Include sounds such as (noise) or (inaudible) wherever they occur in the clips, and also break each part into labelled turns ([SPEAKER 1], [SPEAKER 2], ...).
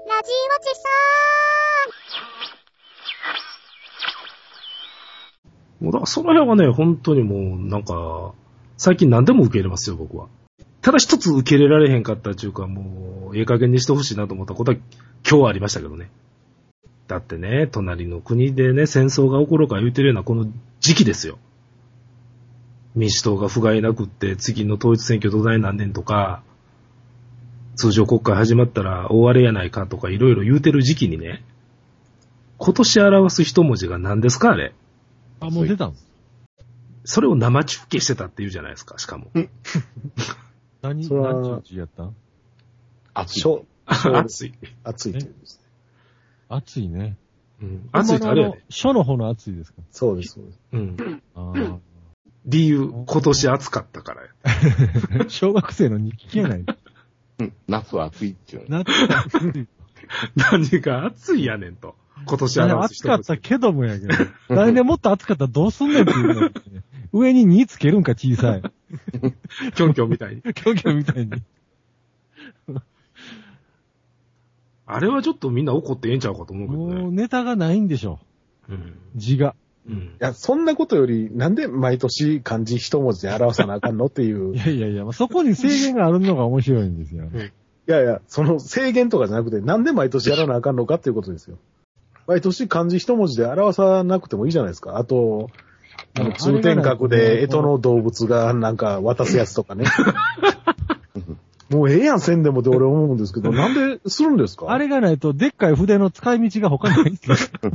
[SPEAKER 1] ちそ
[SPEAKER 2] もうだからその辺はね、本当にもう、なんか、最近何でも受け入れますよ、僕は。ただ一つ受け入れられへんかったっていうか、もう、ええ加減にしてほしいなと思ったことは、今日はありましたけどね。だってね、隣の国でね、戦争が起こるか言うてるようなこの時期ですよ。民主党が不甲斐なくって、次の統一選挙どないなんねんとか、通常国会始まったら大荒れやないかとかいろいろ言うてる時期にね、今年表す一文字が何ですかあれ。
[SPEAKER 3] あ、もう出たの
[SPEAKER 2] それを生中継してたって言うじゃないですか、しかも。
[SPEAKER 3] 何、
[SPEAKER 4] それは
[SPEAKER 3] 何十時やった
[SPEAKER 4] 熱い。
[SPEAKER 2] 暑い。
[SPEAKER 4] 熱いということですね。
[SPEAKER 3] 暑いね。
[SPEAKER 2] うん。暑いってあれやね。
[SPEAKER 3] 書の方の暑いですか
[SPEAKER 4] そうです、そうです。
[SPEAKER 2] うん。
[SPEAKER 3] ああ。
[SPEAKER 2] 理由、今年暑かったからや。
[SPEAKER 3] (laughs) 小学生の日記やない。
[SPEAKER 5] うん夏は暑いっていうの。
[SPEAKER 3] 夏は暑 (laughs) い
[SPEAKER 2] 何が暑いやねんと。今年表す
[SPEAKER 3] 暑
[SPEAKER 2] 一
[SPEAKER 3] か
[SPEAKER 2] 文
[SPEAKER 3] った
[SPEAKER 2] 字。
[SPEAKER 3] けどもやけど。来年もっと暑かったらどうすんねんっていうの。上に2つけるんか、小さい。
[SPEAKER 2] キョンキョンみたいに。
[SPEAKER 3] キョンキョンみたいに。
[SPEAKER 2] あれはちょっとみんな怒ってええんちゃうかと思うけど
[SPEAKER 3] も
[SPEAKER 2] ね
[SPEAKER 3] う。ネタがないんでしょ。
[SPEAKER 2] うん。
[SPEAKER 3] 字が。
[SPEAKER 2] うん
[SPEAKER 4] い。や、そんなことより、なんで毎年漢字一文字で表さなあかんのっていう
[SPEAKER 3] い。やいやいや、まあそこに制限があるのが面白いんですよ。
[SPEAKER 4] いやいや、その制限とかじゃなくて、なんで毎年やらなあかんのかっていうことですよ。毎年漢字一文字で表さなくてもいいじゃないですか。あと、あの通天閣で、江戸の動物がなんか渡すやつとかね。もうええやん、せんでもって俺思うんです
[SPEAKER 3] (laughs)
[SPEAKER 4] けど、なんでするんですか
[SPEAKER 3] あれがないと、でっかい筆の使い道が他にないんですよ。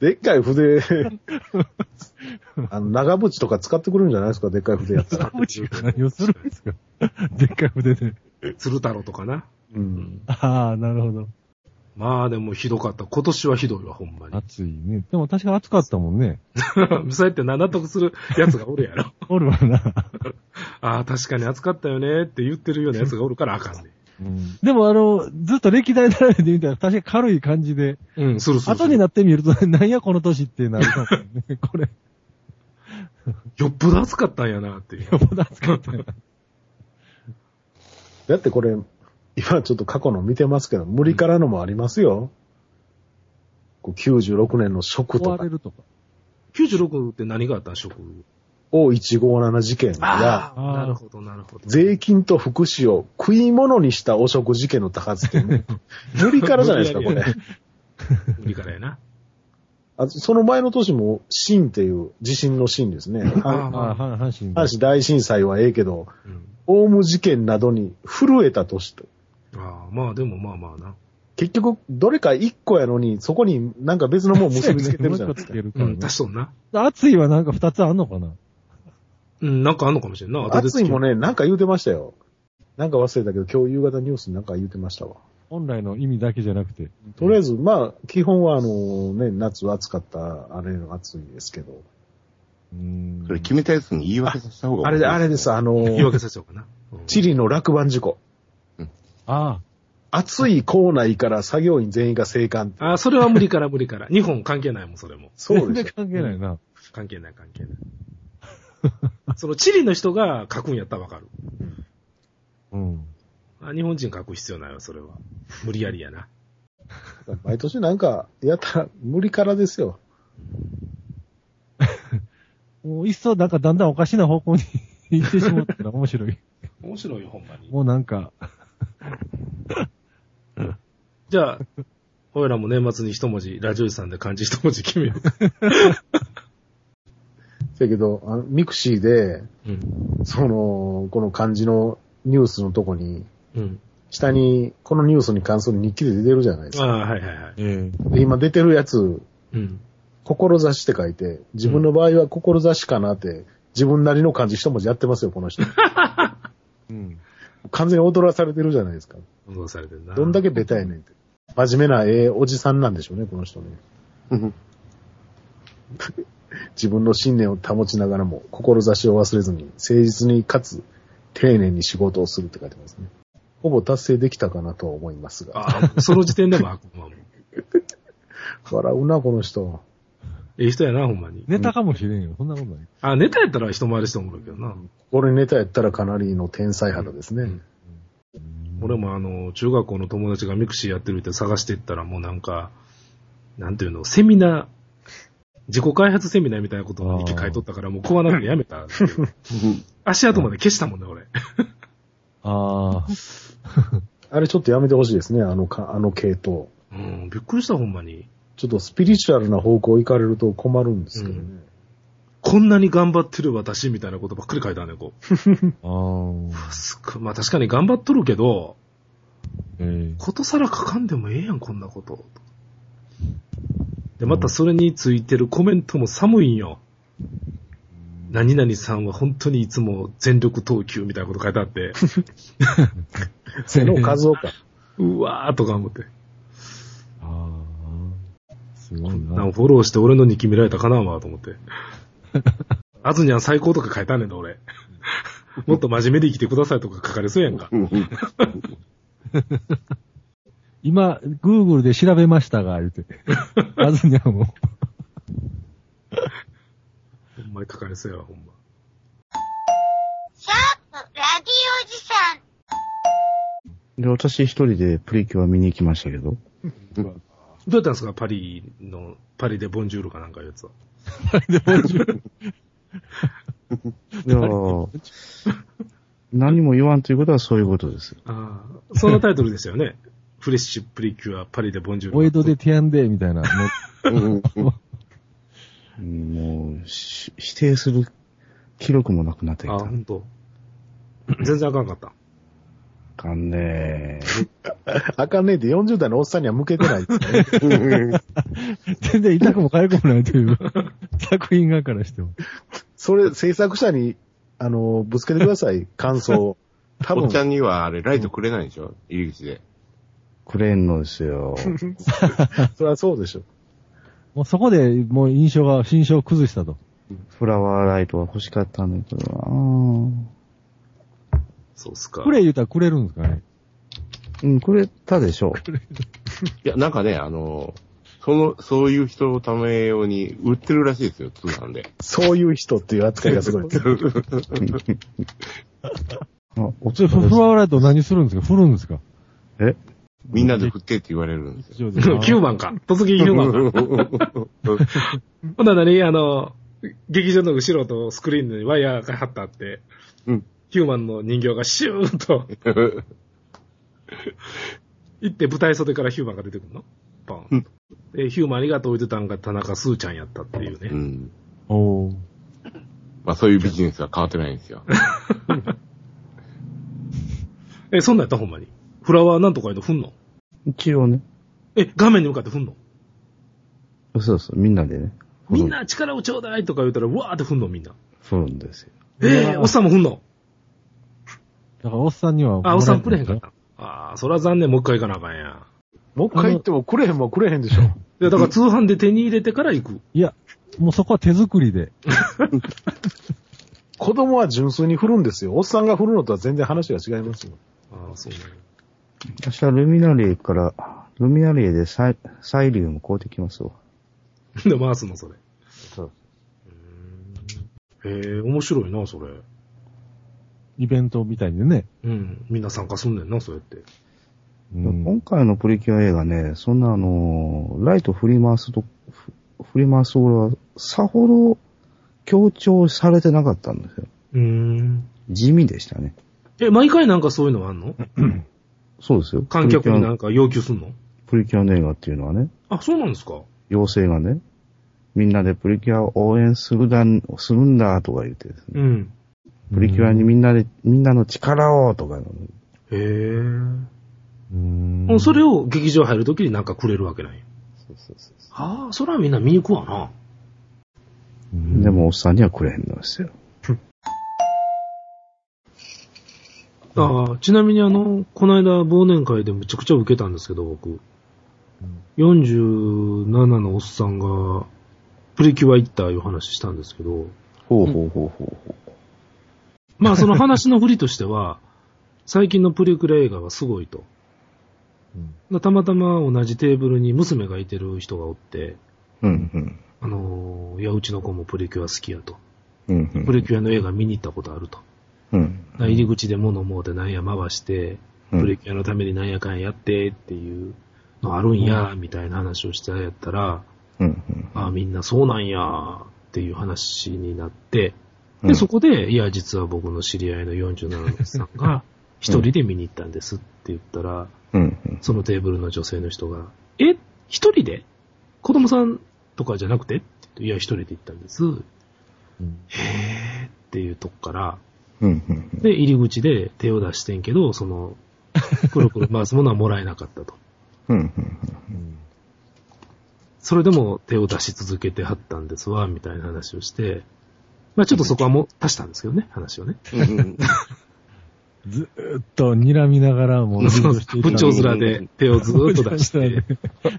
[SPEAKER 4] でっかい筆、 (laughs) あの、長渕とか使ってくるんじゃないですか、でっかい筆やったら。
[SPEAKER 3] 何をするんですかでっかい筆で。
[SPEAKER 2] 鶴太郎とかな。
[SPEAKER 4] うん。
[SPEAKER 3] ああ、なるほど。
[SPEAKER 2] まあでもひどかった。今年はひどいわ、ほんまに。 (laughs)
[SPEAKER 3] 暑いね。でも確か暑かったもんね。
[SPEAKER 2] そうやって納得するやつがおるや
[SPEAKER 3] (laughs)
[SPEAKER 2] ろ。
[SPEAKER 3] おるわな。
[SPEAKER 2] ああ、確かに暑かったよねって言ってるようなやつがおるからあかんね。
[SPEAKER 3] でもあの、ずっと歴代並べてみたら確かに軽い感じで、
[SPEAKER 2] うん、するするす
[SPEAKER 3] 後
[SPEAKER 2] る。
[SPEAKER 3] になってみると、 (laughs) なんやこの年ってなるかもね。これ、
[SPEAKER 2] よっぽど暑かったんやなっていう。
[SPEAKER 3] よっぽど暑かったよ。
[SPEAKER 4] だってこれ、今ちょっと過去の見てますけど、無理からのもありますよ。こう96年の食と
[SPEAKER 3] (laughs) 壊
[SPEAKER 4] か
[SPEAKER 3] れ、るとか。
[SPEAKER 2] 96って何があったん、職
[SPEAKER 4] O157 事件や、
[SPEAKER 3] あー
[SPEAKER 2] なるほど、なるほど。
[SPEAKER 4] 税金と福祉を食い物にした汚職事件の多発
[SPEAKER 3] (laughs)
[SPEAKER 4] 点ね。無理からじゃないですか、これ。
[SPEAKER 2] 無理からやな。
[SPEAKER 4] あその前の年も、震っていう、地震の震ですね。
[SPEAKER 2] あ
[SPEAKER 4] 阪
[SPEAKER 3] ああ、阪神。
[SPEAKER 4] 神大震災はええけど、
[SPEAKER 2] うん、
[SPEAKER 4] オウム事件などに震えた年と。
[SPEAKER 2] ああ、まあでもまあまあな。
[SPEAKER 4] 結局、どれか一個やのに、そこになんか別のもん結びつけてるじゃ
[SPEAKER 3] もう
[SPEAKER 4] な
[SPEAKER 3] 一個
[SPEAKER 4] いです
[SPEAKER 3] つ
[SPEAKER 4] か
[SPEAKER 3] け。るか
[SPEAKER 2] う
[SPEAKER 3] ら
[SPEAKER 2] ん、
[SPEAKER 3] ね
[SPEAKER 2] 足しとんな。
[SPEAKER 3] 暑いはなんか二つあんのかな
[SPEAKER 2] うん、なんかあんのかもしれんな。後で
[SPEAKER 4] 熱いも
[SPEAKER 2] ね。
[SPEAKER 4] ね、なんか言うてましたよ。なんか忘れたけど、今日夕方ニュースなんか言うてましたわ。
[SPEAKER 3] 本来の意味だけじゃなくて。
[SPEAKER 4] とりあえず、まあ、基本はあの、ね、夏暑かった、あれの暑いですけど。
[SPEAKER 3] うーん
[SPEAKER 5] それ決めたやつに言い訳させた方が。
[SPEAKER 4] あれで、あれですす、あ (laughs)
[SPEAKER 2] 言い
[SPEAKER 4] の、
[SPEAKER 2] 訳させようかな。うん
[SPEAKER 4] チリの落盤事故。
[SPEAKER 3] あ
[SPEAKER 4] 暑い校内から作業員全員が生還。
[SPEAKER 2] ああ、それは無理から無理から。日本関係ないもん、それも。
[SPEAKER 3] あ、
[SPEAKER 4] そうで
[SPEAKER 3] 全然
[SPEAKER 4] す
[SPEAKER 3] 関係ないな。
[SPEAKER 2] 関係ない関 (laughs) 係ない。そのチリの人が書くんやったらわかる。
[SPEAKER 3] うん。
[SPEAKER 2] あ日本人書く必要ないわ、それは。無理やりやな。
[SPEAKER 4] (laughs) よ。毎年なんか、やったら無理からですよ。
[SPEAKER 3] もういっそなんかだんだんおかしな方向に (laughs) 行ってしまったら面白い。
[SPEAKER 2] 面白いよ、ほんまに。
[SPEAKER 3] もうなんか、
[SPEAKER 2] じゃあ、俺らも年末に一文字、ラジオさんで漢字一文字決めよ
[SPEAKER 4] だけど、あのミクシーで、
[SPEAKER 2] (laughs) う。うん。
[SPEAKER 4] その、この漢字のニュースのとこに、
[SPEAKER 2] うん。
[SPEAKER 4] 下に、このニュースに関する日記で出てるじゃないです
[SPEAKER 2] あ
[SPEAKER 4] か。
[SPEAKER 2] あ、はいはいはい。
[SPEAKER 3] え
[SPEAKER 4] で今出てるやつ、
[SPEAKER 2] うん。
[SPEAKER 4] 志って書いて、自分の場合は志かなって、自分なりの漢字一文字やってますよ、この人。
[SPEAKER 3] えうん。
[SPEAKER 4] 完全に踊らされてるじゃないですか。
[SPEAKER 2] どうされてるな。
[SPEAKER 4] どんだけベタやねんって。真面目なええおじさんなんでしょうね、この人ね。
[SPEAKER 5] うん
[SPEAKER 4] 自分の信念を保ちながらも、志を忘れずに、誠実にかつ、丁寧に仕事をするって書いてますね。ほぼ達成できたかなとは思いますが。
[SPEAKER 2] ああ、その時点でも悪魔も。
[SPEAKER 4] 笑うな、この人。
[SPEAKER 2] ええ人やな、ほんまに。
[SPEAKER 3] ネタかもしれんよ。そんなことない。
[SPEAKER 2] あ、ネタやったら一回りしてもらうけどな。
[SPEAKER 4] これネタやったらかなりの天才肌ですね。
[SPEAKER 2] うん
[SPEAKER 3] うーん
[SPEAKER 2] 俺もあの、中学校の友達がミクシーやってるって探してったらもうなんか、なんていうの、セミナー、自己開発セミナーみたいなことを一気書いとったから、もう怖なくてやめたっていう (laughs) 足跡まで消したもんね、俺。
[SPEAKER 3] ああ。
[SPEAKER 4] あれちょっとやめてほしいですね、あのか、あの系統。
[SPEAKER 2] うん、びっくりした、ほんまに。
[SPEAKER 4] ちょっとスピリチュアルな方向行かれると困るんですけどね。
[SPEAKER 2] こんなに頑張ってる私みたいなことばっかり書いたね、こう。
[SPEAKER 3] (laughs) ああ。
[SPEAKER 2] すっごいまあ確かに頑張っとるけど、
[SPEAKER 3] えー
[SPEAKER 2] ことさら書かんでもええやん、こんなこと。で、またそれについてるコメントも寒いんよ。何々さんは本当にいつも全力投球みたいなこと書いてあって、
[SPEAKER 4] 背の数をか。
[SPEAKER 2] うわーとか思って。
[SPEAKER 3] ああ。すごい
[SPEAKER 2] なん
[SPEAKER 3] な。
[SPEAKER 2] かフォローして俺のに決められたかなわと思って。あずにゃん最高とか書いたねんだ、俺。もっと真面目で生きてくださいとか書かれそうやんか。
[SPEAKER 3] 今、Google で調べました
[SPEAKER 2] (laughs)
[SPEAKER 3] が、言うて。あずにゃんも。
[SPEAKER 2] ほんまに書かれそうやわ、ほんま。
[SPEAKER 1] シャープラディおじさん。
[SPEAKER 6] で、私一人でプリキュア見に行きましたけど、
[SPEAKER 2] どうやったんですか、パリの、パリでボンジュールかなんかいうやつは。
[SPEAKER 6] いやー何も言わんということはそういうことです。
[SPEAKER 2] ああ、そんなタイトルでしたよね。 (laughs) フレッシュプリキュア、パリでボンジュール。
[SPEAKER 3] お江戸でティアンデーみたいな。も
[SPEAKER 2] (laughs)
[SPEAKER 6] うんもう、し否定する記録もなくなってき
[SPEAKER 2] ああ、
[SPEAKER 6] た
[SPEAKER 2] ほ。んと。全然あかんかった。
[SPEAKER 6] あかんね
[SPEAKER 4] あかんねえって40代のおっさんには向けてないですね。
[SPEAKER 3] う全然痛くも痒くもないという。作品側からしても。
[SPEAKER 4] (laughs) それ、制作者に、あの、ぶつけてください、感想を。多
[SPEAKER 5] おっちゃ
[SPEAKER 4] 分、
[SPEAKER 5] んにはあれ、ライトくれないでしょ入り口で。
[SPEAKER 6] くれんのです (laughs) よ。
[SPEAKER 4] それはそうでしょ。
[SPEAKER 3] もうそこで、もう印象が、心象を崩したと。
[SPEAKER 6] フラワーライトは欲しかったんだけどなぁ
[SPEAKER 2] そうっすか。
[SPEAKER 3] くれ言うたらくれるんですかね。
[SPEAKER 6] うん、くれたでしょ
[SPEAKER 5] いや、なんかね、あの、その、そういう人のため用に売ってるらしいですよ、通販で。
[SPEAKER 4] そういう人っていう扱いがすご (laughs) いです。
[SPEAKER 6] う。あ、お
[SPEAKER 3] それ、
[SPEAKER 6] つ
[SPEAKER 3] フフラワーライト何するんですか振るんですか
[SPEAKER 6] え
[SPEAKER 5] みんなで振ってって言われるんですよ。
[SPEAKER 3] 上
[SPEAKER 2] 9番か。突撃9番か。ほんならに、あの、劇場の後ろとスクリーンにワイヤーが張ってあって、
[SPEAKER 5] うん
[SPEAKER 2] ヒューマンの人形がシューンと行って舞台袖からヒューマンが出てくるのポン、
[SPEAKER 5] うん
[SPEAKER 2] で、ヒューマンありがとう言ってたんが田中すーちゃんやったっていうね。
[SPEAKER 5] うん。
[SPEAKER 3] おー
[SPEAKER 5] まあそういうビジネスは変わってないんですよ。
[SPEAKER 2] え、そんなんやったほんまに。フラワーなんとかいうのふんの
[SPEAKER 6] 一応ね。
[SPEAKER 2] え、画面に向かってふんの
[SPEAKER 6] そうそう、みんなでね。
[SPEAKER 2] みんな力をちょうだいとか言うたら、わーってふんのみんな。
[SPEAKER 6] 振るんですよ。
[SPEAKER 2] えー、おっさんもふんの
[SPEAKER 3] だから、おっさんには。
[SPEAKER 2] あ、おっさんくれへんかっ。た。あーそら残念、もう一回行かなあかんやん。
[SPEAKER 4] もう一回言ってもくれへんもんくれへんでしょ。
[SPEAKER 2] いや、だから通販で手に入れてから行く。
[SPEAKER 3] いや、もうそこは手作りで。
[SPEAKER 4] 子供は純粋に振るんですよ。おっさんが振るのとは全然話が違いますよ。
[SPEAKER 2] ああ、そうね。
[SPEAKER 6] 明日ルミナリエから、ルミナリエでサイサイリウム買うてきますわ。
[SPEAKER 2] (laughs) で、回すの、それ。
[SPEAKER 6] そう。
[SPEAKER 2] へえ、面白いな、それ。
[SPEAKER 3] イベントみたいでね。
[SPEAKER 2] うん。みんな参加すんねんな、そうやって。
[SPEAKER 3] う
[SPEAKER 6] 今。回のプリキュア映画ね、そんなあのー、ライト振り回すと、ふ振り回すところは、さほど強調されてなかったんですよ。
[SPEAKER 2] うん。
[SPEAKER 6] 地味でしたね。
[SPEAKER 2] え、毎回なんかそういうのはあんの
[SPEAKER 6] そうですよ。
[SPEAKER 2] 観客にな
[SPEAKER 6] プ
[SPEAKER 2] んか要求すんの
[SPEAKER 6] リキュアのプリキュアの映画っていうのはね、
[SPEAKER 2] あ、そうなんですか
[SPEAKER 6] 妖精がね、みんなでプリキュアを応援するだん、するんだとか言ってですね、
[SPEAKER 2] うん。
[SPEAKER 6] プリキュアにみんなで、みんなの力をとか、
[SPEAKER 2] へえ。
[SPEAKER 3] うん。
[SPEAKER 2] もうそれを劇場入るときになんかくれるわけない。ああ、そらみんな見に行くわな。
[SPEAKER 3] うん
[SPEAKER 6] で、もおっさんにはくれへんのですよ。
[SPEAKER 2] ああ、ちなみにあの、この間忘年会でむちゃくちゃ受けたんですけど、僕。47のおっさんが、プリキュア行ったいう話したんですけど、
[SPEAKER 6] ほうほうほうほうほ
[SPEAKER 2] まあその話の振りとしては、 (laughs) 最近のプリクラ映画はすごいと。たまたま同じテーブルに娘がいてる人がおって、
[SPEAKER 6] う。うんうん。
[SPEAKER 2] あのーいや、うちの子もプリキュア好きやと。
[SPEAKER 6] うんうん。
[SPEAKER 2] プリキュアの映画見に行ったことあると。
[SPEAKER 6] うん。
[SPEAKER 2] 入り口で物もうてなんや回して、
[SPEAKER 6] うん
[SPEAKER 2] プリキュアのためになんやかんやってっていうのあるんや、みたいな話をしてやったら、
[SPEAKER 6] うん。
[SPEAKER 2] あみんなそうなんや、っていう話になって、
[SPEAKER 6] う
[SPEAKER 2] で、
[SPEAKER 6] ん
[SPEAKER 2] そこで、いや、実は僕の知り合いの47のおっさん
[SPEAKER 6] (laughs)
[SPEAKER 2] が、一人で見に行ったんですって言ったら、
[SPEAKER 6] うん。うん
[SPEAKER 2] そのテーブルの女性の人が、え一人で子供さんとかじゃなくてって言っていや、一人で行ったんです。へーっていうとこから、
[SPEAKER 6] うん。うん。
[SPEAKER 2] で、入り口で手を出してんけど、その、くるく (laughs) る回すものはもらえなかったと。
[SPEAKER 6] うん。うん。
[SPEAKER 2] それでも手を出し続けてはったんですわ、みたいな話をして、まあちょっとそこはもう足したんですけどね、話をね。
[SPEAKER 5] うん
[SPEAKER 3] ずーっと睨みながらもう、
[SPEAKER 2] 部長面で手をずーっと出 (laughs) して、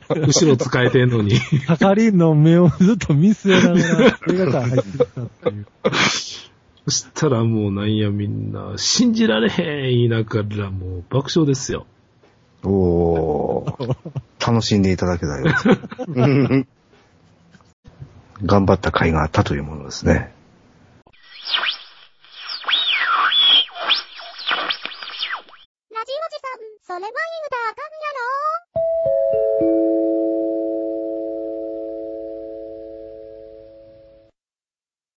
[SPEAKER 2] 後ろ使えてんのに、
[SPEAKER 3] はかりの目をずっと見据えながら、映画館入ってきたっていう。
[SPEAKER 2] そしたらもうなんやみんな、信じられへん言いながらもう爆笑ですよ。
[SPEAKER 6] おー。楽しんでいただけたようです。うん頑張った甲斐があったというものですね。
[SPEAKER 1] ラジオジさん、それはいい歌